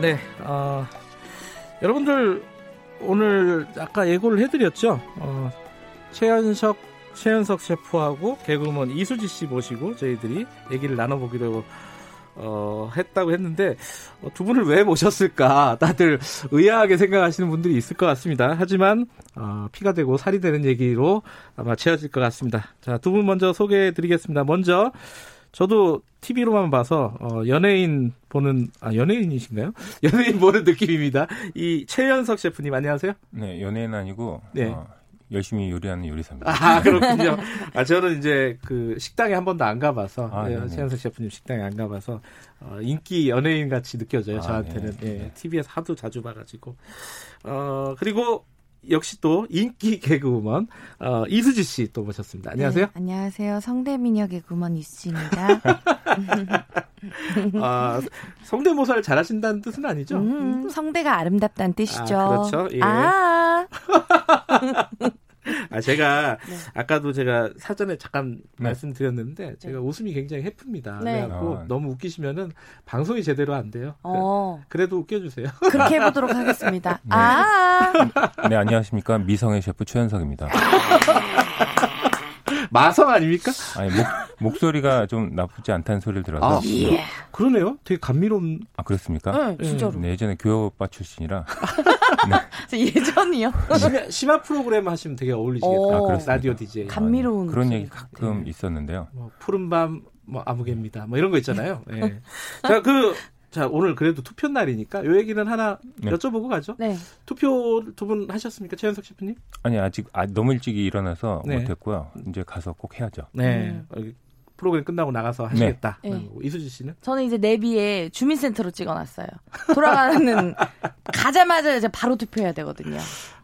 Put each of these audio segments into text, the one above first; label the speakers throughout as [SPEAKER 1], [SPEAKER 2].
[SPEAKER 1] 네, 어, 여러분들 오늘 아까 예고를 해드렸죠. 어, 최현석 최현석 셰프하고 개그우먼 이수지 씨 모시고 저희들이 얘기를 나눠보기로 어, 했다고 했는데 어, 두 분을 왜 모셨을까 다들 의아하게 생각하시는 분들이 있을 것 같습니다. 하지만 어, 피가 되고 살이 되는 얘기로 아마 채워질 것 같습니다. 자, 두 분 먼저 소개해드리겠습니다. 먼저 저도 TV로만 봐서 어, 연예인 보는 아 연예인이신가요? 연예인 보는 느낌입니다. 이 최현석 셰프님 안녕하세요.
[SPEAKER 2] 네, 연예인 아니고
[SPEAKER 1] 네.
[SPEAKER 2] 어, 열심히 요리하는 요리사입니다.
[SPEAKER 1] 아 그렇군요. 아 저는 이제 그 식당에 한 번도 안 가봐서
[SPEAKER 2] 아,
[SPEAKER 1] 예,
[SPEAKER 2] 네네.
[SPEAKER 1] 최현석 셰프님 식당에 안 가봐서 어, 인기 연예인 같이 느껴져요
[SPEAKER 2] 아,
[SPEAKER 1] 저한테는
[SPEAKER 2] 네.
[SPEAKER 1] 예, TV에서 하도 자주 봐가지고 어 그리고 역시 또 인기 개그우먼 어, 이수지 씨 또 모셨습니다. 안녕하세요.
[SPEAKER 3] 네, 안녕하세요. 성대미녀 개구먼 이수진입니다.
[SPEAKER 1] 그렇죠. 아 성대모사를 잘하신다는 뜻은 아니죠?
[SPEAKER 3] 음, 성대가 아름답다는 뜻이죠.
[SPEAKER 1] 아, 그렇죠. 예.
[SPEAKER 3] 아,
[SPEAKER 1] 아 제가
[SPEAKER 3] 네.
[SPEAKER 1] 아까도 제가 사전에 잠깐
[SPEAKER 2] 네.
[SPEAKER 1] 말씀드렸는데 제가 웃음이 굉장히 해프입니다.
[SPEAKER 3] 네.
[SPEAKER 1] 그래갖고
[SPEAKER 2] 아.
[SPEAKER 1] 너무 웃기시면은 방송이 제대로 안 돼요.
[SPEAKER 3] 어,
[SPEAKER 1] 그래도 웃겨주세요.
[SPEAKER 3] 그렇게 해보도록 하겠습니다. 아,
[SPEAKER 2] 네, 안녕하십니까. 미성의 셰프 최현석입니다.
[SPEAKER 1] 마성 아닙니까?
[SPEAKER 2] 아니, 목, 소리가좀 나쁘지 않다는 소리를 들어서.
[SPEAKER 1] 아,
[SPEAKER 2] 아,
[SPEAKER 3] 예.
[SPEAKER 1] 그러네요. 되게 감미로운.
[SPEAKER 2] 그렇습니까?
[SPEAKER 1] 음,
[SPEAKER 3] 응, 진짜로.
[SPEAKER 2] 네, 예전에 교육오빠 출신이라.
[SPEAKER 3] 예전이요.
[SPEAKER 1] 심야, 심야 프로그램 하시면 되게
[SPEAKER 3] 어.
[SPEAKER 1] 어울리시겠다.
[SPEAKER 3] 아,
[SPEAKER 2] 그렇습니다.
[SPEAKER 1] 라디오 DJ.
[SPEAKER 3] 감- 감미로운
[SPEAKER 2] 아, 그런
[SPEAKER 3] 소리가 네.
[SPEAKER 2] 얘기 가끔 있었는데요.
[SPEAKER 1] 뭐, 푸른밤, 뭐, 아무개입니다. 뭐, 이런 거 있잖아요. 예. 자, 그, 자, 오늘 그래도 투표 날이니까 요 얘기는 하나
[SPEAKER 2] 네.
[SPEAKER 1] 여쭤보고 가죠.
[SPEAKER 3] 네.
[SPEAKER 1] 투표 두 분 하셨습니까? 최현석 셰프님?
[SPEAKER 2] 아니, 아직 아, 너무 일찍 일어나서
[SPEAKER 1] 네.
[SPEAKER 2] 못했고요. 이제 가서 꼭 해야죠.
[SPEAKER 1] 네.
[SPEAKER 3] 음.
[SPEAKER 1] 어, 프로그램 끝나고 나가서 하시겠다. 음, 뭐
[SPEAKER 3] 네. 네.
[SPEAKER 1] 이수지 씨는?
[SPEAKER 3] 저는 이제 내비에 주민센터로 찍어놨어요. 돌아가는 가자마자 이제 바로 투표해야 되거든요.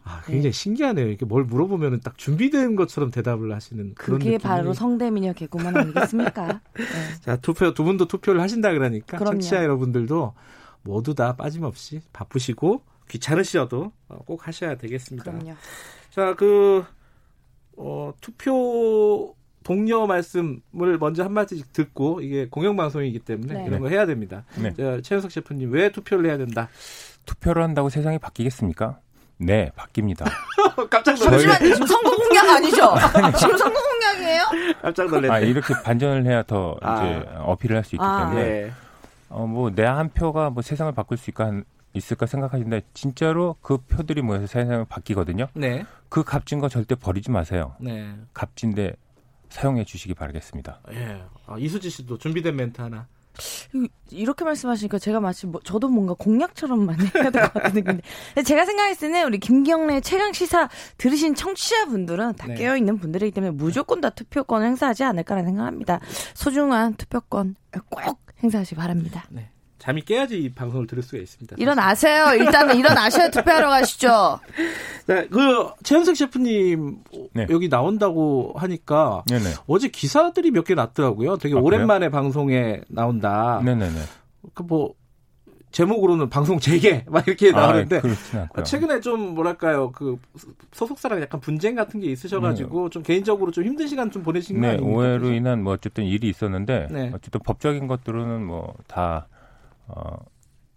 [SPEAKER 1] 아, 굉장히 신기하네요. 이렇게 뭘 물어보면 딱 준비된 것처럼 대답을 하시는 그런
[SPEAKER 3] 그게
[SPEAKER 1] 느낌이.
[SPEAKER 3] 바로 성대미녀 개구먼 아니겠습니까? 네.
[SPEAKER 1] 자, 투표 두 분도 투표를 하신다 그러니까
[SPEAKER 3] 그럼요.
[SPEAKER 1] 청취자 여러분들도 모두 다 빠짐없이 바쁘시고 귀찮으셔도 어, 꼭 하셔야 되겠습니다.
[SPEAKER 3] 그럼요.
[SPEAKER 1] 자, 그 어, 투표 동료 말씀을 먼저 한 마디씩 듣고 이게 공영 방송이기 때문에
[SPEAKER 3] 네.
[SPEAKER 1] 이런 거 해야 됩니다.
[SPEAKER 2] 네.
[SPEAKER 1] 자, 최현석 셰프님 왜 투표를 해야 된다?
[SPEAKER 2] 투표를 한다고 세상이 바뀌겠습니까? 네, 바뀝니다.
[SPEAKER 1] 깜짝
[SPEAKER 3] 잠시만요.
[SPEAKER 1] 놀랐어요.
[SPEAKER 3] 지금 선거 공약 아니죠? 지금 선거 공약이에요?
[SPEAKER 1] 깜짝
[SPEAKER 2] 아,
[SPEAKER 1] 놀랐어요.
[SPEAKER 2] 이렇게 반전을 해야 더 이제 어필을 할 수 있기
[SPEAKER 3] 네. 아.
[SPEAKER 2] 때문에
[SPEAKER 1] 네.
[SPEAKER 2] 어, 뭐, 내 한 표가 뭐 세상을 바꿀 수 있을까, 한- 있을까 생각하시는데, 진짜로 그 표들이 모여서 세상을 바뀌거든요.
[SPEAKER 1] 네.
[SPEAKER 2] 그 값진 거 절대 버리지 마세요.
[SPEAKER 1] 네.
[SPEAKER 2] 값진데 사용해 주시기 바라겠습니다.
[SPEAKER 1] 예. 아, 이수지 씨도 준비된 멘트 하나.
[SPEAKER 3] 이- 이렇게 말씀하시니까 제가 마치 뭐, 저도 뭔가 공약처럼만 해야 될 것 같은 느낌인데 근데 제가 생각했을 때는 우리 김경래 최강 시사 들으신 청취자분들은 다
[SPEAKER 1] 네.
[SPEAKER 3] 깨어있는 분들이기 때문에 무조건 다 투표권을 행사하지 않을까라는 생각합니다 소중한 투표권 꼭 행사하시기 바랍니다
[SPEAKER 1] 네. 잠이 깨야지 이 방송을 들을 수가 있습니다.
[SPEAKER 3] 일어나세요 일단은 일어나셔야 투표하러 가시죠
[SPEAKER 1] 네, 그 최현석 셰프님
[SPEAKER 2] 네.
[SPEAKER 1] 여기 나온다고 하니까
[SPEAKER 2] 네네.
[SPEAKER 1] 어제 기사들이 몇 개 났더라고요. 되게
[SPEAKER 2] 아, 그래요?
[SPEAKER 1] 오랜만에 방송에 나온다.
[SPEAKER 2] 네네네.
[SPEAKER 1] 그 뭐 제목으로는 방송 재개 막 이렇게 나오는데
[SPEAKER 2] 아, 그렇진 않고요.
[SPEAKER 1] 최근에 좀 뭐랄까요 그 소속사랑 약간 분쟁 같은 게 있으셔가지고 좀 개인적으로 좀 힘든 시간 좀 보내신 거
[SPEAKER 2] 네,
[SPEAKER 1] 아닙니까?
[SPEAKER 2] 오해로 인한 뭐 어쨌든 일이 있었는데,
[SPEAKER 1] 네.
[SPEAKER 2] 어쨌든 법적인 것들은 뭐 다 어,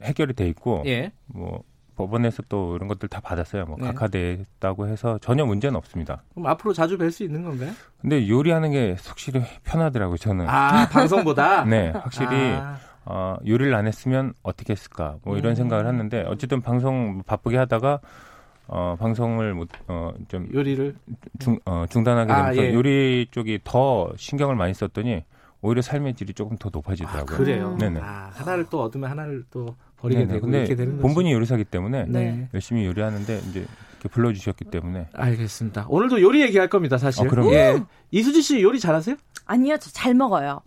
[SPEAKER 2] 해결이 돼 있고,
[SPEAKER 1] 예.
[SPEAKER 2] 뭐 법원에서 또 이런 것들 다 받았어요. 뭐
[SPEAKER 1] 네.
[SPEAKER 2] 각하됐다고 해서 전혀 문제는 없습니다.
[SPEAKER 1] 그럼 앞으로 자주 뵐 수 있는 건가요?
[SPEAKER 2] 근데 요리하는 게 확실히 편하더라고요, 저는.
[SPEAKER 1] 아 방송보다
[SPEAKER 2] 네, 확실히
[SPEAKER 1] 아,
[SPEAKER 2] 어, 요리를 안 했으면 어떻게 했을까 뭐 이런
[SPEAKER 1] 음.
[SPEAKER 2] 생각을 했는데 어쨌든 방송 바쁘게 하다가 어, 방송을 못어좀
[SPEAKER 1] 요리를
[SPEAKER 2] 중, 어, 중단하게
[SPEAKER 1] 아,
[SPEAKER 2] 되면서
[SPEAKER 1] 예.
[SPEAKER 2] 요리 쪽이 더 신경을 많이 썼더니 오히려 삶의 질이 조금 더 높아지더라고요.
[SPEAKER 1] 그래요.
[SPEAKER 2] 네네.
[SPEAKER 1] 아, 하나를 또 얻으면 하나를 또 버리게
[SPEAKER 2] 네네.
[SPEAKER 1] 되고
[SPEAKER 2] 근데
[SPEAKER 1] 이렇게 되는 거죠.
[SPEAKER 2] 본분이 요리사기 때문에
[SPEAKER 1] 네.
[SPEAKER 2] 열심히 요리하는데 이제 이렇게 불러주셨기 때문에
[SPEAKER 1] 알겠습니다. 오늘도 요리 얘기할 겁니다, 사실.
[SPEAKER 2] 아, 그럼요.
[SPEAKER 1] 예. 이수지 씨 요리 잘하세요?
[SPEAKER 3] 아니요 저 잘 먹어요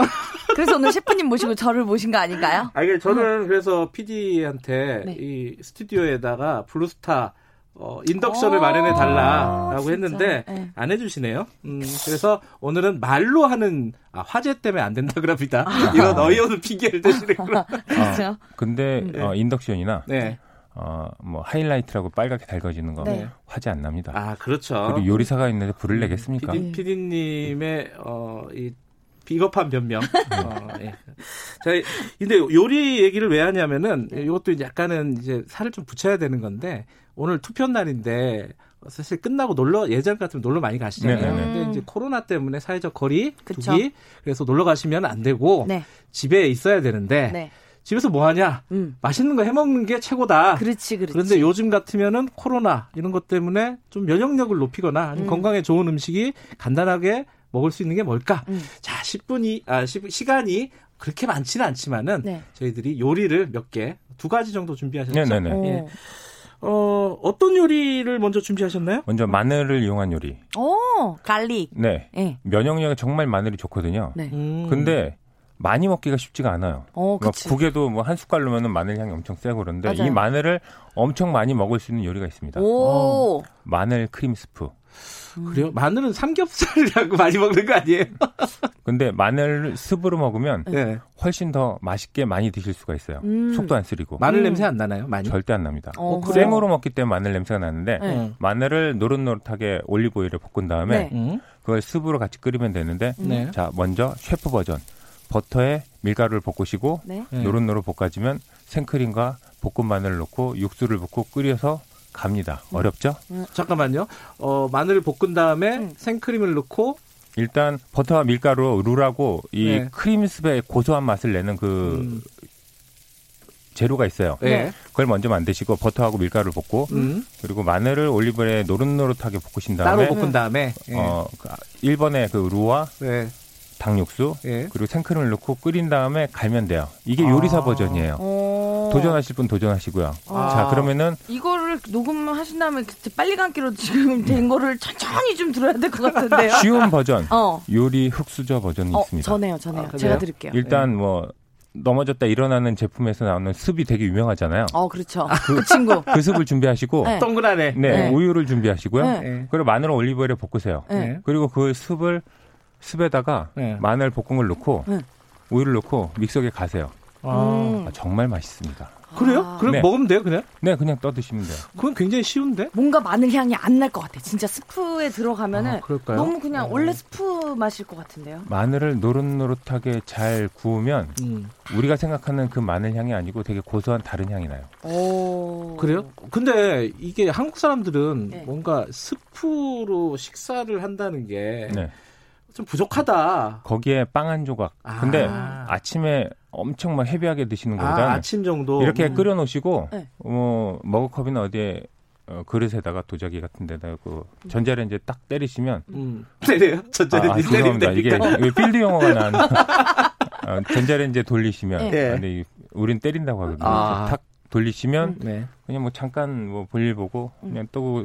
[SPEAKER 3] 그래서 오늘 셰프님 모시고 저를 모신 거 아닌가요?
[SPEAKER 1] 아, 니 저는 그래서 PD한테
[SPEAKER 3] 네.
[SPEAKER 1] 이 스튜디오에다가 블루스타 어, 인덕션을
[SPEAKER 3] 오,
[SPEAKER 1] 마련해 달라라고
[SPEAKER 3] 진짜.
[SPEAKER 1] 했는데
[SPEAKER 3] 네.
[SPEAKER 1] 안 해주시네요. 음, 그래서 오늘은 말로 하는 아, 화제 때문에 안 된다 그럽니다. 이런 어이없는 핑계를 대시는구나.
[SPEAKER 3] 그렇죠
[SPEAKER 2] 근데
[SPEAKER 1] 네.
[SPEAKER 2] 어, 인덕션이나
[SPEAKER 1] 네.
[SPEAKER 2] 어, 뭐 하이라이트라고 빨갛게 달궈지는 거
[SPEAKER 3] 네.
[SPEAKER 2] 화제 안 납니다.
[SPEAKER 1] 아 음, 그렇죠.
[SPEAKER 2] 그러니까. 그리고 요리사가 있는데 불을 내겠습니까?
[SPEAKER 1] PD, PD님의 어, 이 비겁한 변명.
[SPEAKER 2] 네.
[SPEAKER 1] 어, 예. 자, 근데 요리 얘기를 왜 하냐면은
[SPEAKER 3] 네.
[SPEAKER 1] 이것도 이제 약간은 이제 살을 좀 붙여야 되는 건데 오늘 투표 날인데 사실 끝나고 놀러 예전 같으면 놀러 많이 가시잖아요.
[SPEAKER 2] 네네네.
[SPEAKER 1] 근데 이제 코로나 때문에 사회적 거리
[SPEAKER 3] 음. 그쵸.
[SPEAKER 1] 두기 그래서 놀러 가시면 안 되고
[SPEAKER 3] 네.
[SPEAKER 1] 집에 있어야 되는데
[SPEAKER 3] 네.
[SPEAKER 1] 집에서 뭐 하냐?
[SPEAKER 3] 음.
[SPEAKER 1] 맛있는 거 해 먹는 게
[SPEAKER 3] 그렇죠.
[SPEAKER 1] 최고다.
[SPEAKER 3] 그렇지, 그렇지.
[SPEAKER 1] 그런데 요즘 같으면은 코로나 이런 것 때문에 좀 면역력을 높이거나
[SPEAKER 3] 음.
[SPEAKER 1] 아니면 건강에 좋은 음식이 간단하게 먹을 수 있는 게 뭘까?
[SPEAKER 3] 음.
[SPEAKER 1] 자, 10분이 아 10, 시간이 그렇게 많지는 않지만은
[SPEAKER 3] 네.
[SPEAKER 1] 저희들이 요리를 몇 개, 두 가지 정도 준비하셨죠.
[SPEAKER 2] 네네네.
[SPEAKER 3] 오.
[SPEAKER 1] 예. 어, 어떤 요리를 먼저 준비하셨나요?
[SPEAKER 2] 먼저 마늘을 이용한 요리.
[SPEAKER 3] 오, 갈릭.
[SPEAKER 2] 네.
[SPEAKER 3] 예.
[SPEAKER 2] 면역력에 정말 마늘이 좋거든요.
[SPEAKER 3] 네.
[SPEAKER 1] 음.
[SPEAKER 2] 근데 많이 먹기가 쉽지가 않아요.
[SPEAKER 3] 어,
[SPEAKER 2] 막
[SPEAKER 3] 그치.
[SPEAKER 2] 국에도 뭐 한 숟갈로면 마늘 향이 엄청 세고 그런데
[SPEAKER 3] 맞아요.
[SPEAKER 2] 이 마늘을 엄청 많이 먹을 수 있는 요리가 있습니다.
[SPEAKER 3] 오.
[SPEAKER 2] 마늘 크림 스프.
[SPEAKER 1] 그래요? 마늘은 삼겹살이라고 많이 먹는 거 아니에요?
[SPEAKER 2] 근데 마늘 스프로 먹으면
[SPEAKER 1] 네.
[SPEAKER 2] 훨씬 더 맛있게 많이 드실 수가 있어요.
[SPEAKER 3] 음.
[SPEAKER 2] 속도 안 쓰리고
[SPEAKER 1] 마늘 냄새 안 나나요? 많이?
[SPEAKER 2] 절대 안 납니다.
[SPEAKER 3] 어, 그래요?
[SPEAKER 2] 생으로 먹기 때문에 마늘 냄새가 나는데
[SPEAKER 3] 네.
[SPEAKER 1] 음.
[SPEAKER 2] 마늘을 노릇노릇하게 올리브 오일에 볶은 다음에
[SPEAKER 3] 네.
[SPEAKER 1] 음.
[SPEAKER 2] 그걸 스프로 같이 끓이면 되는데
[SPEAKER 3] 음.
[SPEAKER 1] 네.
[SPEAKER 2] 자 먼저 셰프 버전 버터에 밀가루를 볶으시고
[SPEAKER 3] 네.
[SPEAKER 1] 네.
[SPEAKER 2] 노릇노릇 볶아지면 생크림과 볶은 마늘을 넣고 육수를 붓고 끓여서 갑니다.
[SPEAKER 1] 음.
[SPEAKER 2] 어렵죠?
[SPEAKER 1] 잠깐만요. 어, 마늘을 볶은 다음에
[SPEAKER 3] 음.
[SPEAKER 1] 생크림을 넣고
[SPEAKER 2] 일단 버터와 밀가루, 룰하고 이
[SPEAKER 1] 네.
[SPEAKER 2] 크림스의 고소한 맛을 내는 그
[SPEAKER 1] 음.
[SPEAKER 2] 재료가 있어요.
[SPEAKER 1] 네.
[SPEAKER 2] 그걸 먼저 만드시고 버터하고 밀가루를 볶고
[SPEAKER 1] 음.
[SPEAKER 2] 그리고 마늘을 올리브에 노릇노릇하게 볶으신 다음에
[SPEAKER 1] 따로 볶은 다음에 예.
[SPEAKER 2] 어, 1번에 그 루와
[SPEAKER 1] 네.
[SPEAKER 2] 당육수
[SPEAKER 1] 예.
[SPEAKER 2] 그리고 생크림을 넣고 끓인 다음에 갈면 돼요. 이게 요리사
[SPEAKER 1] 아.
[SPEAKER 3] 어.
[SPEAKER 1] 어.
[SPEAKER 2] 버전이에요.
[SPEAKER 3] 오.
[SPEAKER 2] 도전하실 분 도전하시고요.
[SPEAKER 1] 아.
[SPEAKER 2] 자 그러면은
[SPEAKER 3] 이거를 녹음하신 다음에 그때 빨리 감기로 지금 된 거를 천천히 좀 들어야 될 것 같은데요.
[SPEAKER 2] 쉬운 버전
[SPEAKER 3] 어.
[SPEAKER 2] 요리 흑수저 버전이
[SPEAKER 3] 어,
[SPEAKER 2] 있습니다.
[SPEAKER 3] 전해요, 네. 전해요.
[SPEAKER 1] 아, 그래요?
[SPEAKER 3] 제가 드릴게요.
[SPEAKER 2] 일단 뭐 넘어졌다 일어나는 제품에서 나오는 습이 되게 유명하잖아요.
[SPEAKER 3] 어, 그렇죠. 그 친구.
[SPEAKER 2] 그 습을 준비하시고
[SPEAKER 3] 네.
[SPEAKER 1] 동그라네.
[SPEAKER 2] 네,
[SPEAKER 3] 네.
[SPEAKER 2] 우유를 준비하시고요.
[SPEAKER 3] 네.
[SPEAKER 1] 예.
[SPEAKER 2] 그리고 마늘 올리브오일에 볶으세요.
[SPEAKER 3] 네.
[SPEAKER 1] 네.
[SPEAKER 2] 그리고 그 습을 습에다가
[SPEAKER 1] 네.
[SPEAKER 2] 마늘 볶은 걸 넣고
[SPEAKER 3] 네.
[SPEAKER 2] 우유를 넣고 믹서기에 가세요.
[SPEAKER 1] 아.
[SPEAKER 3] 음.
[SPEAKER 2] 아, 정말 맛있습니다.
[SPEAKER 1] 그래요?
[SPEAKER 3] 아.
[SPEAKER 1] 그럼
[SPEAKER 2] 네.
[SPEAKER 1] 먹으면 돼요, 그냥?
[SPEAKER 2] 네, 그냥 떠 드시면 돼요.
[SPEAKER 1] 그건 굉장히 쉬운데.
[SPEAKER 3] 뭔가 마늘 향이 안 날 것 같아. 진짜 스프에 들어가면은
[SPEAKER 1] 아, 그럴까요?
[SPEAKER 3] 너무 그냥
[SPEAKER 1] 어.
[SPEAKER 3] 원래 스프 맛일 것 같은데요.
[SPEAKER 2] 마늘을 노릇노릇하게 잘 구우면
[SPEAKER 1] 음.
[SPEAKER 2] 우리가 생각하는 그 마늘 향이 아니고 되게 고소한 다른 향이 나요.
[SPEAKER 3] 오.
[SPEAKER 1] 그래요? 근데 이게 한국 사람들은
[SPEAKER 3] 어. 네.
[SPEAKER 1] 뭔가 스프로 식사를 한다는 게 좀
[SPEAKER 2] 네.
[SPEAKER 1] 부족하다.
[SPEAKER 2] 거기에 빵 한 조각.
[SPEAKER 1] 아.
[SPEAKER 2] 근데 아침에 엄청 막 헤비하게 드시는
[SPEAKER 1] 아,
[SPEAKER 2] 것보다
[SPEAKER 1] 아침 정도 음.
[SPEAKER 2] 이렇게 끓여 놓으시고
[SPEAKER 3] 네.
[SPEAKER 2] 어, 머그컵이나 어디에 어, 그릇에다가 도자기 같은 데다가 그 전자레인지에 딱 때리시면
[SPEAKER 1] 음. 때려요. 전자레인지
[SPEAKER 2] 아, 아, 죄송합니다. 이게,
[SPEAKER 1] 때리니까.
[SPEAKER 2] 이게 필드 용어가 나왔나? 어, 전자레인지에 돌리시면
[SPEAKER 1] 네.
[SPEAKER 2] 아, 근데 이- 우린 때린다고 하거든요.
[SPEAKER 1] 아.
[SPEAKER 2] 탁 돌리시면
[SPEAKER 1] 네.
[SPEAKER 2] 그냥 뭐 잠깐 뭐 볼일 보고
[SPEAKER 1] 음.
[SPEAKER 2] 그냥 또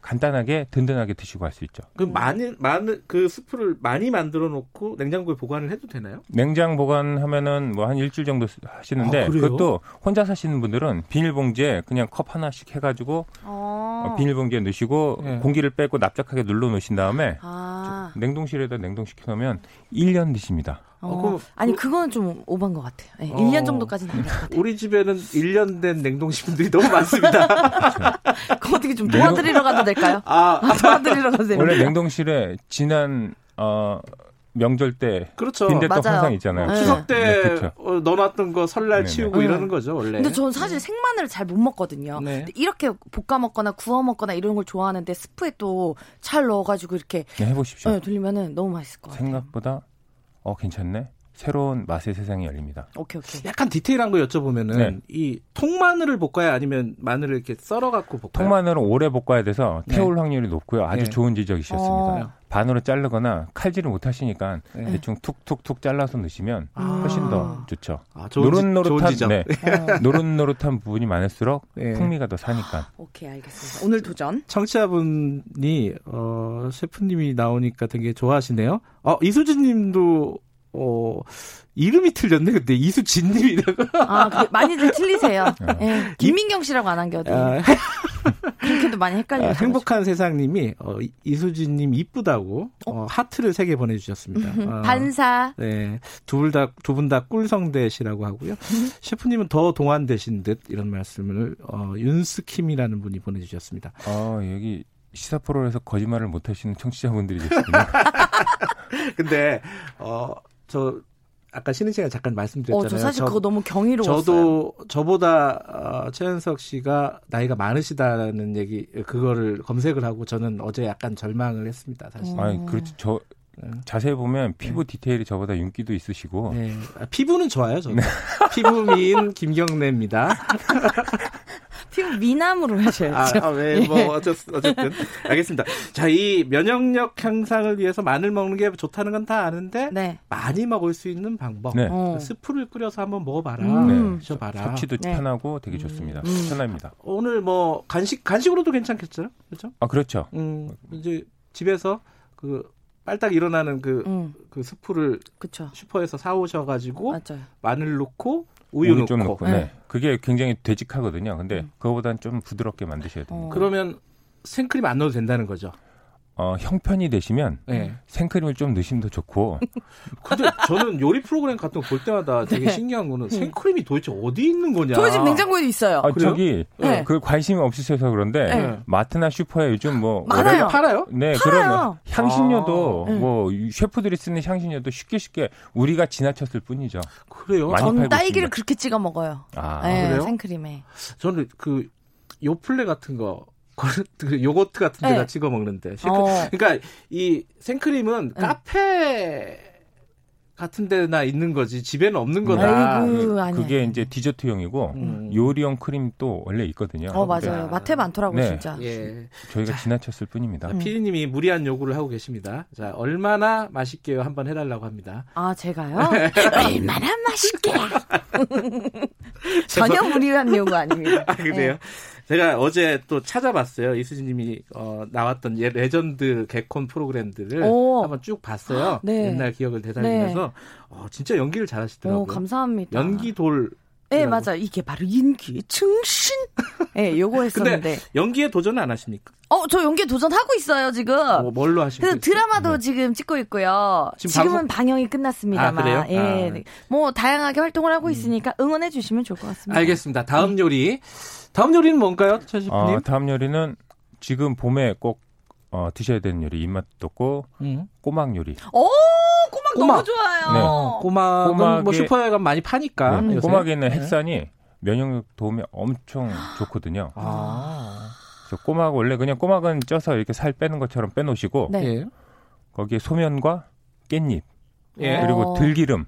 [SPEAKER 2] 간단하게 든든하게 드시고 할 수 있죠.
[SPEAKER 1] 그 많이 많은 그 스프를 많이 만들어 놓고 냉장고에 보관을 해도 되나요?
[SPEAKER 2] 냉장 보관하면은 뭐 한 일주일 정도 쓰- 하시는데
[SPEAKER 1] 아, 그래요?
[SPEAKER 2] 그것도 혼자 사시는 분들은 비닐봉지에 그냥 컵 하나씩 해가지고
[SPEAKER 3] 어.
[SPEAKER 1] 아,
[SPEAKER 2] 어, 비닐봉지에 넣으시고
[SPEAKER 1] 네.
[SPEAKER 2] 공기를 빼고 납작하게 눌러 놓으신 다음에
[SPEAKER 3] 아.
[SPEAKER 2] 냉동실에다 냉동시켜 놓으면 1년 드십니다.
[SPEAKER 3] 어.
[SPEAKER 1] 어, 그럼
[SPEAKER 3] 아니
[SPEAKER 1] 우-
[SPEAKER 3] 그거는 좀 오반 것 같아요. 예,
[SPEAKER 1] 어.
[SPEAKER 3] 1년 정도까지는 안 될 것
[SPEAKER 1] 우리 집에는 1년 된 냉동식품들이 너무 많습니다.
[SPEAKER 3] 같아요. 그거 어떻게 좀 도와드리러 가도 될까요?
[SPEAKER 1] 아,
[SPEAKER 3] 아, 도와드리러 가도 됩니다.
[SPEAKER 2] 원래 냉동실에 지난 어, 명절 때
[SPEAKER 1] 그렇죠.
[SPEAKER 2] 빈대떡
[SPEAKER 3] 어, 맞아요.
[SPEAKER 2] 항상 있잖아요.
[SPEAKER 3] 네.
[SPEAKER 1] 추석 때
[SPEAKER 2] 네, 그렇죠.
[SPEAKER 1] 어, 넣어놨던 거 설날
[SPEAKER 2] 네네.
[SPEAKER 1] 치우고
[SPEAKER 3] 네.
[SPEAKER 1] 이러는 거죠 원래.
[SPEAKER 3] 근데 저는 사실 생마늘을 잘 못 먹거든요.
[SPEAKER 1] 네.
[SPEAKER 3] 근데 이렇게 볶아 먹거나 구워 먹거나 이런 걸 좋아하는데 스프에 또 잘 넣어가지고 이렇게
[SPEAKER 2] 그냥 네, 해보십시오.
[SPEAKER 3] 예, 돌리면은 너무 맛있을 것 같아요.
[SPEAKER 2] 생각보다 어 괜찮네. 새로운 맛의 세상이 열립니다.
[SPEAKER 3] 오케이 오케이.
[SPEAKER 1] 약간 디테일한 거 여쭤보면은
[SPEAKER 2] 네.
[SPEAKER 1] 이 통마늘을 볶아야 아니면 마늘을 이렇게 썰어 갖고 볶아요.
[SPEAKER 2] 통마늘은 오래 볶아야 돼서
[SPEAKER 1] 네.
[SPEAKER 2] 태울 확률이 높고요. 아주
[SPEAKER 1] 네.
[SPEAKER 2] 좋은 지적이셨습니다.
[SPEAKER 1] 어.
[SPEAKER 2] 반으로 자르거나 칼질을 못 하시니까
[SPEAKER 1] 네.
[SPEAKER 2] 대충 툭툭툭 잘라서 넣으시면
[SPEAKER 1] 아.
[SPEAKER 2] 훨씬 더 좋죠.
[SPEAKER 1] 아, 좋은 지- 좋은
[SPEAKER 2] 노릇노릇한
[SPEAKER 1] 지적.
[SPEAKER 2] 네.
[SPEAKER 3] 어,
[SPEAKER 2] 노릇노릇한 부분이 많을수록
[SPEAKER 1] 네.
[SPEAKER 2] 풍미가 더 사니까.
[SPEAKER 3] 오케이 알겠습니다. 오늘 도전.
[SPEAKER 1] 청취자분이 어, 셰프님이 나오니까 되게 좋아하시네요. 어, 이수진님도 어, 이름이 틀렸네. 근데 이수진님이라고.
[SPEAKER 3] 아 근데 많이들 틀리세요. 예, 김민경 씨라고 안 한겨도
[SPEAKER 1] 아,
[SPEAKER 3] 그렇게도 많이 헷갈려요.
[SPEAKER 1] 아, 행복한 세상님이 어, 이- 이수진님 이쁘다고 어, 하트를 세 개 보내주셨습니다. 어,
[SPEAKER 3] 반사.
[SPEAKER 1] 네, 두분다두 분 다 꿀성대시라고 하고요. 셰프님은 더 동안되신 듯 이런 말씀을 어, 윤스킴이라는 분이 보내주셨습니다.
[SPEAKER 2] 아 여기 시사 프로에서 거짓말을 못 하시는 청취자분들이 계시군요.
[SPEAKER 1] 근데 어, 저 아까 쉬는 시간에 잠깐 말씀드렸잖아요.
[SPEAKER 3] 어, 저 사실 그거 너무 경이로웠어요.
[SPEAKER 1] 저도 저보다 어, 최현석 씨가 나이가 많으시다는 얘기 그거를 검색을 하고 저는 어제 약간 절망을 했습니다. 사실.
[SPEAKER 3] 어.
[SPEAKER 2] 아니 그렇죠. 저 자세히 보면 피부 디테일이 저보다 윤기도 있으시고
[SPEAKER 1] 네. 아, 피부는 좋아요, 저는. 피부 미인 김경래입니다.
[SPEAKER 3] 피부 미남으로 하셔야죠.
[SPEAKER 1] 아, 왜, 뭐, 어쨌, 어쨌든. 알겠습니다. 자, 이 면역력 향상을 위해서 마늘 먹는 게 좋다는 건 다 아는데,
[SPEAKER 3] 네.
[SPEAKER 1] 많이 먹을 수 있는 방법.
[SPEAKER 2] 네.
[SPEAKER 3] 어.
[SPEAKER 1] 스프를 끓여서 한번
[SPEAKER 3] 음.
[SPEAKER 1] 먹어봐라. 드셔봐라.
[SPEAKER 2] 섭취도
[SPEAKER 3] 네. 음.
[SPEAKER 2] 편하고 되게 좋습니다. 편합니다.
[SPEAKER 1] 오늘 뭐, 간식, 간식으로도 괜찮겠죠? 그죠?
[SPEAKER 2] 아 그렇죠.
[SPEAKER 1] 음, 이제 집에서 그, 빨딱 일어나는 그,
[SPEAKER 3] 음,
[SPEAKER 1] 그 스프를
[SPEAKER 3] 그쵸.
[SPEAKER 1] 슈퍼에서 사오셔가지고,
[SPEAKER 3] 맞아요.
[SPEAKER 1] 마늘 넣고, 우유 넣고.
[SPEAKER 2] 좀 넣고.
[SPEAKER 3] 네. 음.
[SPEAKER 2] 네. 그게 굉장히 되직하거든요. 근데 그거보단 좀 부드럽게 만드셔야
[SPEAKER 3] 어.
[SPEAKER 2] 됩니다.
[SPEAKER 1] 그러면 생크림 안 넣어도 된다는 거죠.
[SPEAKER 2] 어, 형편이 되시면
[SPEAKER 1] 네.
[SPEAKER 2] 생크림을 좀 넣으시면 더 좋고
[SPEAKER 1] 근데 저는 요리 프로그램 같은 거 볼 때마다 되게 신기한 거는 생크림이 도대체 어디 있는 거냐.
[SPEAKER 3] 저희 집 네. 냉장고에도 있어요.
[SPEAKER 2] 아,
[SPEAKER 1] 그래요?
[SPEAKER 2] 저기
[SPEAKER 3] 네.
[SPEAKER 2] 그 관심이 없으셔서 그런데
[SPEAKER 1] 네.
[SPEAKER 2] 마트나 슈퍼에 요즘 뭐
[SPEAKER 3] 많아요.
[SPEAKER 2] 월요일-
[SPEAKER 1] 팔아요?
[SPEAKER 2] 네,
[SPEAKER 3] 팔아요.
[SPEAKER 2] 그러면 향신료도 뭐 셰프들이 쓰는 향신료도 쉽게 쉽게 우리가 지나쳤을 뿐이죠.
[SPEAKER 1] 그래요?
[SPEAKER 2] 많이
[SPEAKER 3] 전
[SPEAKER 2] 팔고
[SPEAKER 3] 딸기를
[SPEAKER 2] 있습니다.
[SPEAKER 3] 그렇게 찍어 먹어요.
[SPEAKER 2] 아,
[SPEAKER 3] 예,
[SPEAKER 1] 그래요?
[SPEAKER 3] 생크림에.
[SPEAKER 1] 저는 그 요플레 같은 거 그 요거트 같은 데다
[SPEAKER 3] 네.
[SPEAKER 1] 찍어 먹는데.
[SPEAKER 3] 어.
[SPEAKER 1] 그러니까 이 생크림은
[SPEAKER 3] 네.
[SPEAKER 1] 카페 같은 데나 있는 거지 집에는 없는 거다.
[SPEAKER 3] 아이고, 아니야.
[SPEAKER 2] 그게 이제 디저트용이고
[SPEAKER 1] 음.
[SPEAKER 2] 요리용 크림 또 원래 있거든요.
[SPEAKER 3] 어,
[SPEAKER 2] 근데
[SPEAKER 3] 맞아요. 마트에 많더라고,
[SPEAKER 2] 네.
[SPEAKER 3] 진짜.
[SPEAKER 1] 예.
[SPEAKER 2] 저희가 지나쳤을 뿐입니다.
[SPEAKER 1] 자,
[SPEAKER 3] 음.
[SPEAKER 1] 피디님이 무리한 요구를 하고 계십니다. 자, 얼마나 맛있게요? 한번 해달라고 합니다.
[SPEAKER 3] 아, 제가요? 얼마나 맛있게! 전혀 무리한 요구 아닙니다. 예.
[SPEAKER 1] 아, 그래요? 제가 어제 또 찾아봤어요. 이수진 님이 어, 나왔던 예- 레전드 개콘 프로그램들을
[SPEAKER 3] 오.
[SPEAKER 1] 한번 쭉 봤어요.
[SPEAKER 3] 네.
[SPEAKER 1] 옛날 기억을 되살리면서 어, 진짜 연기를 잘하시더라고요.
[SPEAKER 3] 오, 감사합니다.
[SPEAKER 1] 연기 돌.
[SPEAKER 3] 네, 맞아. 이게 바로 인기 증신. 예, 요거
[SPEAKER 1] 근데
[SPEAKER 3] 했었는데.
[SPEAKER 1] 연기에 도전은 안 하십니까?
[SPEAKER 3] 어, 저 연기 도전하고 있어요, 지금.
[SPEAKER 1] 뭐, 뭘로 하십니까?
[SPEAKER 3] 그 드라마도 지금 찍고 있고요.
[SPEAKER 1] 네. 지금
[SPEAKER 3] 지금 은
[SPEAKER 1] 방송-
[SPEAKER 3] 방영... 이 끝났습니다만.
[SPEAKER 1] 아, 그래요?
[SPEAKER 3] 예.
[SPEAKER 1] 아. 음.
[SPEAKER 3] 네. 뭐 다양하게 활동을 하고 있으니까 응원해 주시면 좋을 것 같습니다.
[SPEAKER 1] 알겠습니다. 다음 요리. 다음 요리는 뭔가요? 천식님?
[SPEAKER 2] 어, 다음 요리는 지금 봄에 꼭 어, 드셔야 되는 요리 입맛 돋고
[SPEAKER 1] 음.
[SPEAKER 2] 꼬막 요리.
[SPEAKER 3] 오, 어, 꼬막, 너무
[SPEAKER 1] 꼬막.
[SPEAKER 3] 좋아요.
[SPEAKER 2] 네.
[SPEAKER 1] 꼬막은
[SPEAKER 2] 꼬막에-
[SPEAKER 1] 뭐 슈퍼에 가면 많이 파니까.
[SPEAKER 2] 네,
[SPEAKER 1] 아, 요새.
[SPEAKER 2] 꼬막에 있는 핵산이 면역력 도움이 엄청 좋거든요.
[SPEAKER 1] 아.
[SPEAKER 2] 그래서 꼬막 원래 그냥 꼬막은 쪄서 이렇게 살 빼는 것처럼 빼놓으시고
[SPEAKER 3] 네.
[SPEAKER 1] 예.
[SPEAKER 2] 거기에 소면과 깻잎
[SPEAKER 1] 예.
[SPEAKER 2] 그리고
[SPEAKER 3] 어.
[SPEAKER 2] 들기름.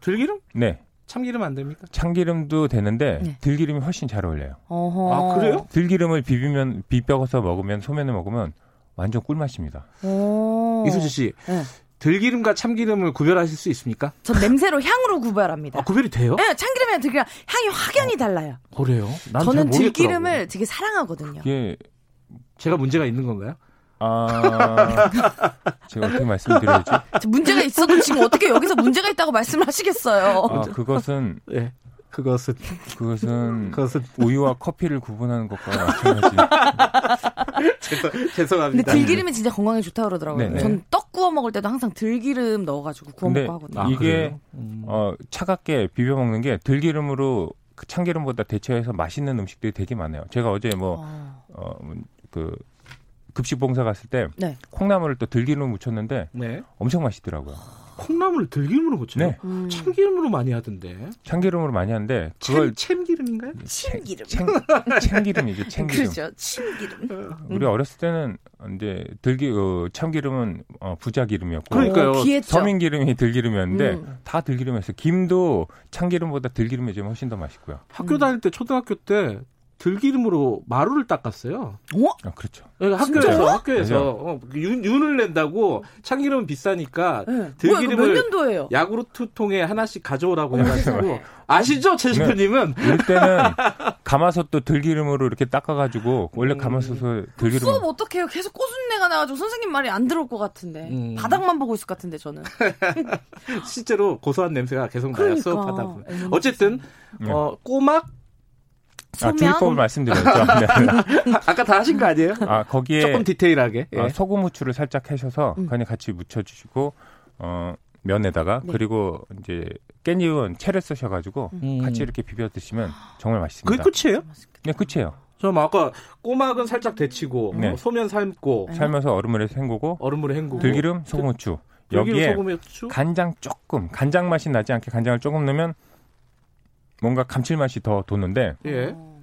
[SPEAKER 1] 들기름?
[SPEAKER 2] 네.
[SPEAKER 1] 참기름 안 됩니까?
[SPEAKER 2] 참기름도 되는데
[SPEAKER 3] 네.
[SPEAKER 2] 들기름이 훨씬 잘 어울려요.
[SPEAKER 3] 어허.
[SPEAKER 1] 아, 그래요?
[SPEAKER 2] 들기름을 비비면 비벼서 먹으면 소면을 먹으면 완전 꿀맛입니다.
[SPEAKER 3] 오.
[SPEAKER 1] 이수지 씨.
[SPEAKER 3] 네.
[SPEAKER 1] 들기름과 참기름을 구별하실 수 있습니까?
[SPEAKER 3] 전 냄새로 향으로 구별합니다.
[SPEAKER 1] 아, 구별이 돼요?
[SPEAKER 3] 예, 참기름이랑 들기름 향이 확연히 달라요.
[SPEAKER 1] 그래요? 예. 난잘
[SPEAKER 3] 저는
[SPEAKER 1] 모르겠더라고.
[SPEAKER 3] 들기름을 되게 사랑하거든요.
[SPEAKER 2] 이게
[SPEAKER 1] 제가 문제가 있는 건가요?
[SPEAKER 2] 아 제가 어떻게 말씀드려야지?
[SPEAKER 3] 저 문제가 있어도 지금 어떻게 여기서 문제가 있다고 말씀을 하시겠어요?
[SPEAKER 2] 아 그것은
[SPEAKER 1] 예. 그것은
[SPEAKER 2] 그것은
[SPEAKER 1] 그것은
[SPEAKER 2] 우유와 커피를 구분하는 것과 마찬가지.
[SPEAKER 3] 근데
[SPEAKER 1] 죄송합니다.
[SPEAKER 3] 들기름이 진짜 건강에 좋다 그러더라고요.
[SPEAKER 2] 네네.
[SPEAKER 3] 전 떡 구워 먹을 때도 항상 들기름 넣어가지고 구워
[SPEAKER 2] 근데
[SPEAKER 3] 먹고 하거든요.
[SPEAKER 1] 아,
[SPEAKER 2] 이게
[SPEAKER 1] 그래요? 음.
[SPEAKER 2] 어, 차갑게 비벼 먹는 게 들기름으로 그 참기름보다 대체해서 맛있는 음식들이 되게 많아요. 제가 어제 뭐
[SPEAKER 3] 어.
[SPEAKER 2] 어, 음, 그 급식 봉사 갔을 때
[SPEAKER 3] 네.
[SPEAKER 2] 콩나물을 또 들기름 묻혔는데
[SPEAKER 1] 네.
[SPEAKER 2] 엄청 맛있더라고요.
[SPEAKER 1] 콩나물을 들기름으로 고쳐요?
[SPEAKER 2] 네.
[SPEAKER 3] 음.
[SPEAKER 1] 참기름으로 많이 하던데.
[SPEAKER 2] 참기름으로 많이 하는데 그걸
[SPEAKER 1] 참, 참기름인가요?
[SPEAKER 3] 참기름.
[SPEAKER 2] 챙, 챙기름이죠. 챙기름.
[SPEAKER 3] 그렇죠. 참기름.
[SPEAKER 2] 우리 어렸을 때는 이제 들기 어, 참기름은 어, 부자 기름이었고
[SPEAKER 1] 그러니까요.
[SPEAKER 3] 어, 귀했죠.
[SPEAKER 2] 서민 기름이 들기름이었는데
[SPEAKER 3] 음.
[SPEAKER 2] 다 들기름이었어요. 김도 참기름보다 들기름이 좀 훨씬 더 맛있고요.
[SPEAKER 1] 학교 다닐 때 초등학교 때 들기름으로 마루를 닦았어요.
[SPEAKER 3] 어?
[SPEAKER 2] 아, 그렇죠.
[SPEAKER 1] 그러니까
[SPEAKER 3] 진짜요?
[SPEAKER 1] 학교에서 학교에서 어, 그 윤, 윤을 낸다고 참기름은 비싸니까
[SPEAKER 3] 네. 뭐야, 이거 몇
[SPEAKER 1] 들기름을
[SPEAKER 3] 년도예요?
[SPEAKER 1] 야구르트 통에 하나씩 가져오라고 해가지고 아시죠, 최 대표님은
[SPEAKER 2] 울 때는 가마솥도 들기름으로 이렇게 닦아가지고 원래 가마솥을 들기름
[SPEAKER 3] 수업 어떡해요? 계속 꼬순내가 나가지고 선생님 말이 안 들어올 것 같은데.
[SPEAKER 1] 음.
[SPEAKER 3] 바닥만 보고 있을 것 같은데, 저는.
[SPEAKER 1] 실제로 고소한 냄새가 계속 나요
[SPEAKER 3] 그러니까.
[SPEAKER 1] 아, 수업하다 보면.
[SPEAKER 3] 에이, 너무
[SPEAKER 1] 어쨌든
[SPEAKER 2] 네.
[SPEAKER 1] 어, 꼬막
[SPEAKER 2] 아,
[SPEAKER 3] 소면.
[SPEAKER 2] 조리법을 말씀드렸죠. 네.
[SPEAKER 1] 아까 다 하신 거 아니에요?
[SPEAKER 2] 아 거기에
[SPEAKER 1] 조금 디테일하게. 예.
[SPEAKER 2] 아, 소금 후추를 살짝 해셔서 그냥 같이 묻혀주시고 어, 면에다가 그리고 이제 깻잎은 채를 쓰셔가지고
[SPEAKER 1] 음.
[SPEAKER 2] 같이 이렇게 비벼 드시면 정말 맛있습니다.
[SPEAKER 1] 그게 끝이에요?
[SPEAKER 2] 네, 끝이에요.
[SPEAKER 1] 저 아까 꼬막은 살짝 데치고
[SPEAKER 2] 네.
[SPEAKER 1] 어, 소면 삶고
[SPEAKER 2] 삶아서 얼음물에 헹구고
[SPEAKER 1] 얼음물에 헹구고
[SPEAKER 2] 들기름, 소금 후추 여기에
[SPEAKER 1] 소금 후추
[SPEAKER 2] 간장 조금 간장 맛이 나지 않게 간장을 조금 넣으면 뭔가 감칠맛이 더 도는데
[SPEAKER 1] 예.
[SPEAKER 3] 어.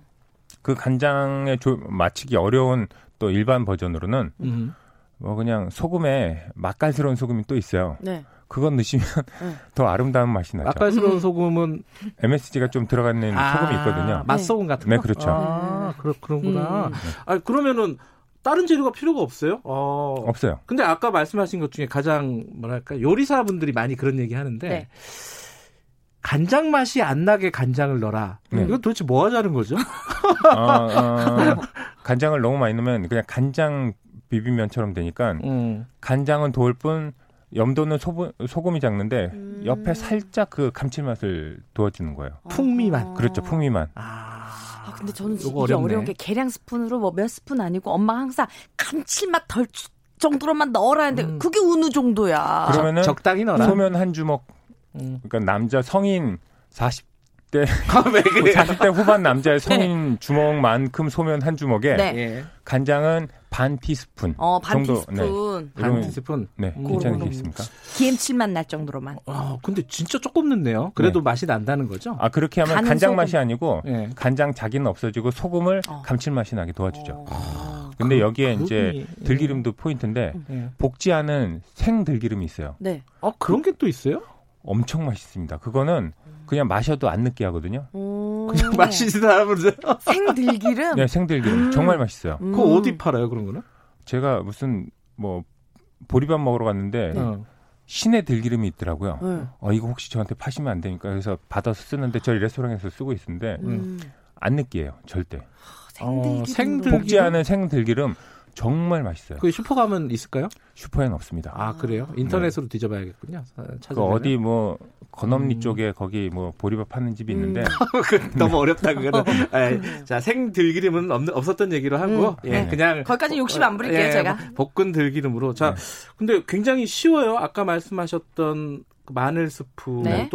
[SPEAKER 2] 그 간장에 조, 맞추기 어려운 또 일반 버전으로는
[SPEAKER 1] 음.
[SPEAKER 2] 뭐 그냥 소금에 맛깔스러운 소금이 또 있어요.
[SPEAKER 3] 네.
[SPEAKER 2] 그건 넣으시면
[SPEAKER 3] 네.
[SPEAKER 2] 더 아름다운 맛이 나죠.
[SPEAKER 1] 맛깔스러운 소금은
[SPEAKER 2] MSG가 좀 들어가는 소금이 있거든요.
[SPEAKER 1] 아, 맛소금 같은 거.
[SPEAKER 2] 네, 그렇죠.
[SPEAKER 1] 아, 그렇 그런구나.
[SPEAKER 3] 음.
[SPEAKER 1] 아, 그러면은 다른 재료가 필요가 없어요? 어.
[SPEAKER 2] 없어요.
[SPEAKER 1] 근데 아까 말씀하신 것 중에 가장 뭐랄까 요리사분들이 많이 그런 얘기 하는데
[SPEAKER 3] 네.
[SPEAKER 1] 간장 맛이 안 나게 간장을 넣어라.
[SPEAKER 2] 네.
[SPEAKER 1] 이건 도대체 뭐 하자는 거죠?
[SPEAKER 2] 어, 어, 간장을 너무 많이 넣으면 그냥 간장 비빔면처럼 되니까
[SPEAKER 1] 음.
[SPEAKER 2] 간장은 도울 뿐 염도는 소금, 소금이 작는데
[SPEAKER 3] 음.
[SPEAKER 2] 옆에 살짝 그 감칠맛을 도와주는 거예요.
[SPEAKER 1] 풍미만.
[SPEAKER 2] 그렇죠. 풍미만.
[SPEAKER 1] 아.
[SPEAKER 3] 어. 아, 근데 저는 이게
[SPEAKER 1] 요거
[SPEAKER 3] 어려운
[SPEAKER 1] 어렵네.
[SPEAKER 3] 게 계량 스푼으로 뭐 몇 스푼 아니고 엄마 항상 감칠맛 덜 주- 정도로만 넣어라 했는데
[SPEAKER 1] 음.
[SPEAKER 3] 그게 어느 정도야.
[SPEAKER 2] 그럼- 그러면은
[SPEAKER 1] 적당히 넣어라.
[SPEAKER 2] 소면 한 주먹.
[SPEAKER 1] 음.
[SPEAKER 2] 그러니까 남자 성인 40
[SPEAKER 1] 아, 왜 그래?
[SPEAKER 2] 40대 뭐 후반 남자의 성인 주먹만큼 소면 한 주먹에
[SPEAKER 3] 네.
[SPEAKER 1] 예.
[SPEAKER 2] 간장은 반 티스푼
[SPEAKER 3] 어, 반
[SPEAKER 2] 정도. 네.
[SPEAKER 3] 티스푼.
[SPEAKER 1] 반
[SPEAKER 2] 이러면-
[SPEAKER 1] 티스푼.
[SPEAKER 2] 네,
[SPEAKER 1] 음.
[SPEAKER 2] 괜찮은 게 있습니까?
[SPEAKER 3] 기름칠맛 날 정도로만.
[SPEAKER 1] 아, 근데 진짜 조금 넣네요. 그래도 맛이 난다는 거죠?
[SPEAKER 2] 아 그렇게 하면
[SPEAKER 3] 간은
[SPEAKER 2] 간장
[SPEAKER 3] 소금. 네.
[SPEAKER 2] 맛이 아니고
[SPEAKER 1] 예.
[SPEAKER 2] 간장 자기는 없어지고 소금을
[SPEAKER 3] 어.
[SPEAKER 2] 감칠맛이 나게 도와주죠.
[SPEAKER 3] 어.
[SPEAKER 2] 근데 여기에
[SPEAKER 1] 그-
[SPEAKER 2] 이제
[SPEAKER 1] 그분이-
[SPEAKER 2] 들기름도 포인트인데
[SPEAKER 3] 음.
[SPEAKER 1] 예.
[SPEAKER 2] 볶지 않은 생 들기름이 있어요.
[SPEAKER 3] 네.
[SPEAKER 1] 아, 그런 게 또 있어요?
[SPEAKER 2] 엄청 맛있습니다. 그거는
[SPEAKER 3] 음.
[SPEAKER 2] 그냥 마셔도 안 느끼하거든요.
[SPEAKER 3] 오. 네.
[SPEAKER 1] 그냥 마시는 사람은
[SPEAKER 3] 생들기름.
[SPEAKER 2] 네, 생들기름
[SPEAKER 3] 음.
[SPEAKER 2] 정말 맛있어요.
[SPEAKER 3] 음.
[SPEAKER 1] 그거 어디 팔아요, 그런 거는?
[SPEAKER 2] 제가 무슨 뭐 보리밥 먹으러 갔는데
[SPEAKER 1] 어.
[SPEAKER 2] 시내 들기름이 있더라고요.
[SPEAKER 1] 음.
[SPEAKER 3] 네.
[SPEAKER 2] 어 이거 혹시 저한테 파시면 안 되니까 그래서 받아서 쓰는데 저희 레스토랑에서 쓰고 있는데
[SPEAKER 3] 음.
[SPEAKER 2] 안 느끼해요 절대.
[SPEAKER 3] 생들기름.
[SPEAKER 1] 어, 생들-
[SPEAKER 2] 볶지 않은 생들기름 정말 맛있어요.
[SPEAKER 1] 그 슈퍼 가면 있을까요?
[SPEAKER 2] 슈퍼엔 없습니다.
[SPEAKER 1] 아, 그래요? 인터넷으로 뒤져봐야겠군요. 찾아
[SPEAKER 2] 그 어디 뭐 건엄리
[SPEAKER 1] 음.
[SPEAKER 2] 쪽에 거기 뭐 보리밥 파는 집이
[SPEAKER 3] 음.
[SPEAKER 2] 있는데
[SPEAKER 1] 그, 너무 어렵다 그거는. 예. 자, 생 들기름은 없, 없었던 얘기로 하고
[SPEAKER 2] 음.
[SPEAKER 1] 예,
[SPEAKER 2] 네.
[SPEAKER 1] 그냥
[SPEAKER 3] 거기까지 욕심 안 부릴게요,
[SPEAKER 1] 예,
[SPEAKER 3] 제가.
[SPEAKER 1] 뭐 볶은 들기름으로. 자, 근데 굉장히 쉬워요. 아까 말씀하셨던 그 마늘 스프도
[SPEAKER 3] 네.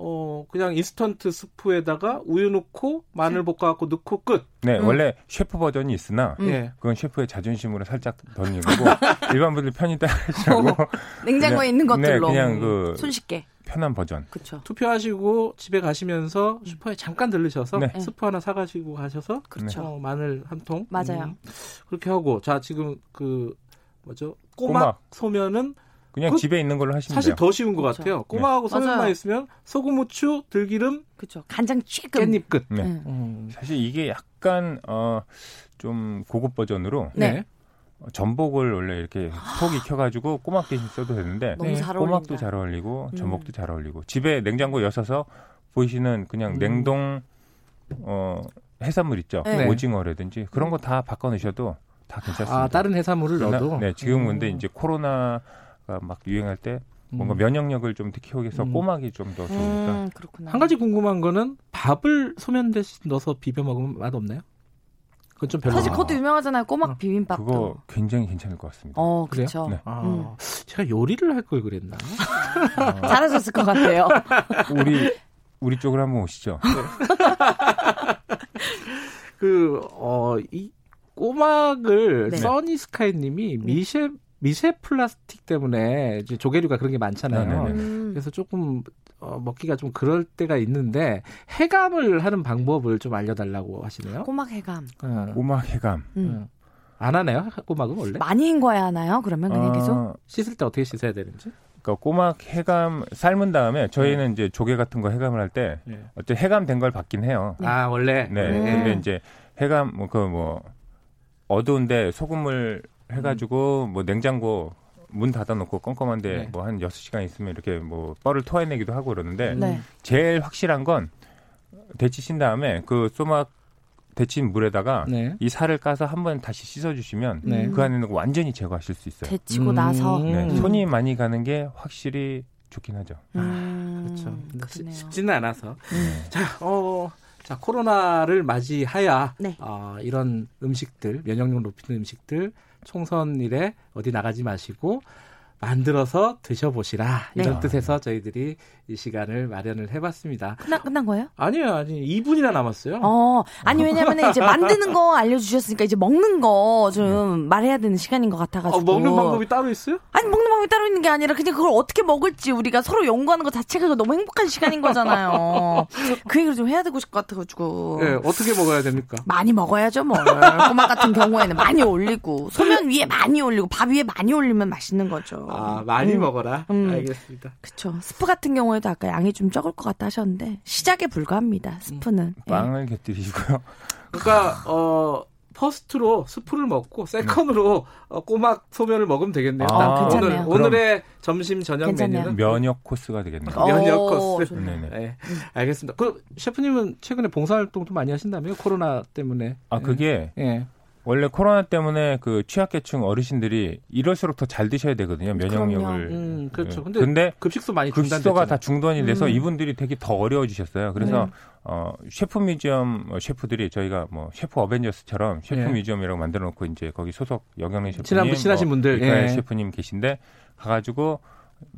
[SPEAKER 1] 어 그냥 인스턴트 스프에다가 우유 넣고 마늘 볶아갖고 넣고 끝.
[SPEAKER 2] 네
[SPEAKER 3] 음.
[SPEAKER 2] 원래 셰프 버전이 있으나
[SPEAKER 3] 음.
[SPEAKER 1] 예.
[SPEAKER 2] 그건 셰프의 자존심으로 살짝 던지고 일반 분들 편히 따라하시라고
[SPEAKER 1] 뭐,
[SPEAKER 3] 냉장고에 어, 있는
[SPEAKER 2] 그냥- 네,
[SPEAKER 3] 것들로. 음,
[SPEAKER 2] 그냥 그
[SPEAKER 3] 손쉽게.
[SPEAKER 2] 편한 버전.
[SPEAKER 3] 그렇죠.
[SPEAKER 1] 투표하시고 집에 가시면서 슈퍼에 잠깐 들르셔서
[SPEAKER 2] 네.
[SPEAKER 1] 스프 하나 사가지고 가셔서
[SPEAKER 3] 그렇죠.
[SPEAKER 1] 어, 마늘 한 통. 음.
[SPEAKER 3] 맞아요.
[SPEAKER 1] 그렇게 하고 자 지금 그 뭐죠? 꼬막,
[SPEAKER 2] 꼬막.
[SPEAKER 1] 소면은
[SPEAKER 2] 그냥
[SPEAKER 1] 그-
[SPEAKER 2] 집에 있는 걸로 하시면
[SPEAKER 1] 사실
[SPEAKER 2] 돼요.
[SPEAKER 1] 더 쉬운 것
[SPEAKER 3] 그렇죠.
[SPEAKER 1] 같아요. 꼬막하고 소면만
[SPEAKER 3] 맞아요.
[SPEAKER 1] 있으면 소금, 후추, 들기름,
[SPEAKER 3] 그렇죠. 간장 쬐끔.
[SPEAKER 1] 깻잎 끝.
[SPEAKER 2] 네.
[SPEAKER 3] 음.
[SPEAKER 1] 음.
[SPEAKER 2] 사실 이게 약간 어, 어좀 고급 버전으로
[SPEAKER 3] 네.
[SPEAKER 2] 전복을 원래 이렇게 톡 익혀가지고 꼬막 대신 써도 되는데
[SPEAKER 3] 너무
[SPEAKER 1] 네,
[SPEAKER 3] 잘 어울린다.
[SPEAKER 2] 꼬막도 잘 어울리고
[SPEAKER 3] 음.
[SPEAKER 2] 전복도 잘 어울리고 집에 냉장고 여서서 보이시는 그냥
[SPEAKER 1] 음.
[SPEAKER 2] 냉동 어 해산물 있죠
[SPEAKER 3] 네.
[SPEAKER 2] 오징어라든지 그런 거 다 바꿔 넣으셔도 다 괜찮습니다.
[SPEAKER 1] 아 다른 해산물을
[SPEAKER 2] 그러나-
[SPEAKER 1] 넣어도.
[SPEAKER 2] 네 지금 근데
[SPEAKER 1] 음.
[SPEAKER 2] 이제 코로나가 막 유행할 때 뭔가
[SPEAKER 1] 음.
[SPEAKER 2] 면역력을 좀 키우기 위해서
[SPEAKER 1] 음.
[SPEAKER 2] 꼬막이 좀 더 좋으니까
[SPEAKER 3] 음, 그렇구나.
[SPEAKER 1] 한 가지 궁금한 거는 밥을 소면 대신 넣어서 비벼 먹으면 맛 없나요? 그건 좀 별로.
[SPEAKER 3] 사실
[SPEAKER 2] 아.
[SPEAKER 3] 그것도 유명하잖아요. 꼬막
[SPEAKER 1] 어,
[SPEAKER 3] 비빔밥도.
[SPEAKER 2] 그거 굉장히 괜찮을 것 같습니다.
[SPEAKER 3] 어,
[SPEAKER 1] 그래요?
[SPEAKER 3] 그렇죠.
[SPEAKER 2] 네.
[SPEAKER 1] 아,
[SPEAKER 3] 음.
[SPEAKER 1] 제가 요리를 할 걸 그랬나?
[SPEAKER 2] 어,
[SPEAKER 3] 잘하셨을 것 같아요.
[SPEAKER 2] 우리 우리 쪽으로 한번 오시죠.
[SPEAKER 3] 아,
[SPEAKER 1] 그, 어, 이 꼬막을
[SPEAKER 3] 네.
[SPEAKER 1] 써니스카이님이 미셰, 미셰 플라스틱 때문에 이제 조개류가 그런 게 많잖아요.
[SPEAKER 2] 네, 네, 네.
[SPEAKER 3] 음.
[SPEAKER 1] 그래서 조금 어, 먹기가 좀 그럴 때가 있는데 해감을 하는 방법을 좀 알려달라고 하시네요.
[SPEAKER 3] 꼬막 해감.
[SPEAKER 1] 어.
[SPEAKER 2] 꼬막 해감.
[SPEAKER 3] 음. 아.
[SPEAKER 1] 음. 안 하나요? 꼬막은 원래?
[SPEAKER 3] 많이 헹궈야 하나요? 그러면
[SPEAKER 1] 아,
[SPEAKER 3] 그냥 계속?
[SPEAKER 2] 어,
[SPEAKER 1] 씻을 때 어떻게 씻어야 되는지?
[SPEAKER 2] 그러니까 꼬막 해감 삶은 다음에 저희는 이제 조개 같은 거 해감을 할 때
[SPEAKER 1] 네.
[SPEAKER 2] 어째 해감된 걸 받긴 해요.
[SPEAKER 1] 아 원래
[SPEAKER 2] 네.
[SPEAKER 3] 네.
[SPEAKER 2] 근데 이제 해감 뭐 그 뭐 어두운데 소금을 해가지고 뭐 냉장고 문 닫아놓고 껌껌한데
[SPEAKER 1] 음. 네.
[SPEAKER 2] 뭐 한 6시간 있으면 이렇게 뭐 뻘을 토해내기도 하고 그러는데
[SPEAKER 1] 음.
[SPEAKER 3] 네.
[SPEAKER 2] 제일 확실한 건 데치신 다음에 그 소막 데친 물에다가
[SPEAKER 1] 네.
[SPEAKER 2] 이 살을 까서 한번 다시 씻어주시면
[SPEAKER 1] 네.
[SPEAKER 3] 음.
[SPEAKER 2] 그 안에 있는 거 완전히 제거하실 수 있어요.
[SPEAKER 3] 데치고
[SPEAKER 1] 음.
[SPEAKER 3] 나서.
[SPEAKER 1] 음.
[SPEAKER 2] 네, 손이 많이 가는 게 확실히 좋긴 하죠.
[SPEAKER 3] 음.
[SPEAKER 1] 그렇죠. 근데 쉽-
[SPEAKER 3] 그렇네요. 음.
[SPEAKER 1] 쉽지는 않아서.
[SPEAKER 2] 네.
[SPEAKER 1] 자, 어, 자 코로나를 맞이하야
[SPEAKER 3] 네.
[SPEAKER 1] 어, 이런 음식들 면역력 높이는 음식들 총선일에 어디 나가지 마시고 만들어서 드셔보시라 이런
[SPEAKER 2] 네.
[SPEAKER 1] 뜻에서 저희들이 이 시간을 마련을 해봤습니다.
[SPEAKER 3] 끝난 끝난 거예요?
[SPEAKER 1] 아니요, 아니 2분이나 남았어요.
[SPEAKER 3] 어, 아니 왜냐면은 이제 만드는 거 알려주셨으니까 이제 먹는 거 좀 말해야 되는 시간인 것 같아가지고.
[SPEAKER 1] 어, 네. 먹는 방법이 따로 있어요?
[SPEAKER 3] 아니 먹는 방법이 따로 있는 게 아니라 그냥 그걸 어떻게 먹을지 우리가 서로 연구하는 것 자체가 너무 행복한 시간인 거잖아요. 그 얘기를 좀 해야 되고 싶 같아가지고.
[SPEAKER 1] 예, 어떻게 먹어야 됩니까?
[SPEAKER 3] 많이 먹어야죠 뭐. 꼬막 같은 경우에는 많이 올리고 소면 위에 많이 올리고 밥 위에 많이 올리면 맛있는 거죠.
[SPEAKER 1] 아, 많이 먹어라.
[SPEAKER 3] 어. 음.
[SPEAKER 1] 알겠습니다.
[SPEAKER 3] 그쵸. 스프 같은 경우에도 아까 양이 좀 적을 것 같다 하셨는데 시작에 불과합니다.
[SPEAKER 1] 음,
[SPEAKER 3] 스프는. 예.
[SPEAKER 2] 빵을 곁들이시고요.
[SPEAKER 1] 그러니까 어 퍼스트로 스프를 먹고 세컨으로 어, 꼬막 소면을 먹으면 되겠네요.
[SPEAKER 2] 아,
[SPEAKER 1] 딱
[SPEAKER 3] 어, 괜찮네요.
[SPEAKER 1] 오늘 오늘의 점심 저녁
[SPEAKER 3] 괜찮네요.
[SPEAKER 1] 메뉴는
[SPEAKER 2] 면역 코스가 되겠네요.
[SPEAKER 1] 어. 면역
[SPEAKER 3] 오,
[SPEAKER 1] 코스.
[SPEAKER 3] 예. 좋네.
[SPEAKER 2] 네네.
[SPEAKER 1] 네, 알겠습니다. 그 셰프님은 최근에 봉사활동도 많이 하신다며요? 코로나 때문에.
[SPEAKER 2] 아 그게
[SPEAKER 1] 예. 예.
[SPEAKER 2] 원래 코로나 때문에 그 취약계층 어르신들이 이럴수록 더 잘 드셔야 되거든요. 면역력을.
[SPEAKER 3] 그럼요.
[SPEAKER 1] 음, 그렇죠.
[SPEAKER 2] 예.
[SPEAKER 1] 근데,
[SPEAKER 2] 근데
[SPEAKER 1] 급식소 많이
[SPEAKER 2] 급식소가
[SPEAKER 1] 중단됐잖아요.
[SPEAKER 2] 다 중단이 돼서
[SPEAKER 3] 음.
[SPEAKER 2] 이분들이 되게 더 어려워지셨어요. 그래서
[SPEAKER 3] 네.
[SPEAKER 2] 어, 셰프 뮤지엄 어, 셰프들이 저희가 뭐 셰프 어벤져스처럼 셰프
[SPEAKER 1] 예.
[SPEAKER 2] 뮤지엄이라고 만들어놓고 이제 거기 소속 영양의 셰프님,
[SPEAKER 1] 친한 분, 친하신
[SPEAKER 2] 뭐
[SPEAKER 1] 분들,
[SPEAKER 2] 이카엘
[SPEAKER 1] 예.
[SPEAKER 2] 셰프님 계신데 가가지고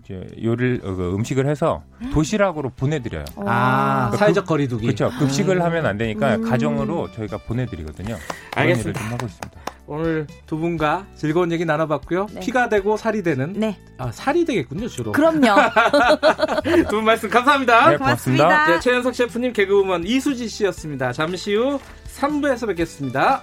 [SPEAKER 2] 이제 요리를 어, 그 음식을 해서 도시락으로 보내드려요.
[SPEAKER 3] 어.
[SPEAKER 1] 아,
[SPEAKER 3] 와.
[SPEAKER 1] 사회적 거리두기.
[SPEAKER 2] 그렇죠. 급식을 하면 안 되니까
[SPEAKER 3] 음.
[SPEAKER 2] 가정으로 저희가 보내드리거든요. 그런 일을
[SPEAKER 1] 알겠습니다.
[SPEAKER 2] 좀 하고 있습니다.
[SPEAKER 1] 오늘 두 분과 즐거운 얘기 나눠봤고요.
[SPEAKER 3] 네.
[SPEAKER 1] 피가 되고 살이 되는
[SPEAKER 3] 네.
[SPEAKER 1] 아, 살이 되겠군요, 주로. 네,
[SPEAKER 3] 그럼요.
[SPEAKER 1] 두 분 말씀 감사합니다.
[SPEAKER 2] 네, 고맙습니다.
[SPEAKER 1] 네, 최현석 셰프님 개그우먼 이수지 씨였습니다. 잠시 후 3부에서 뵙겠습니다.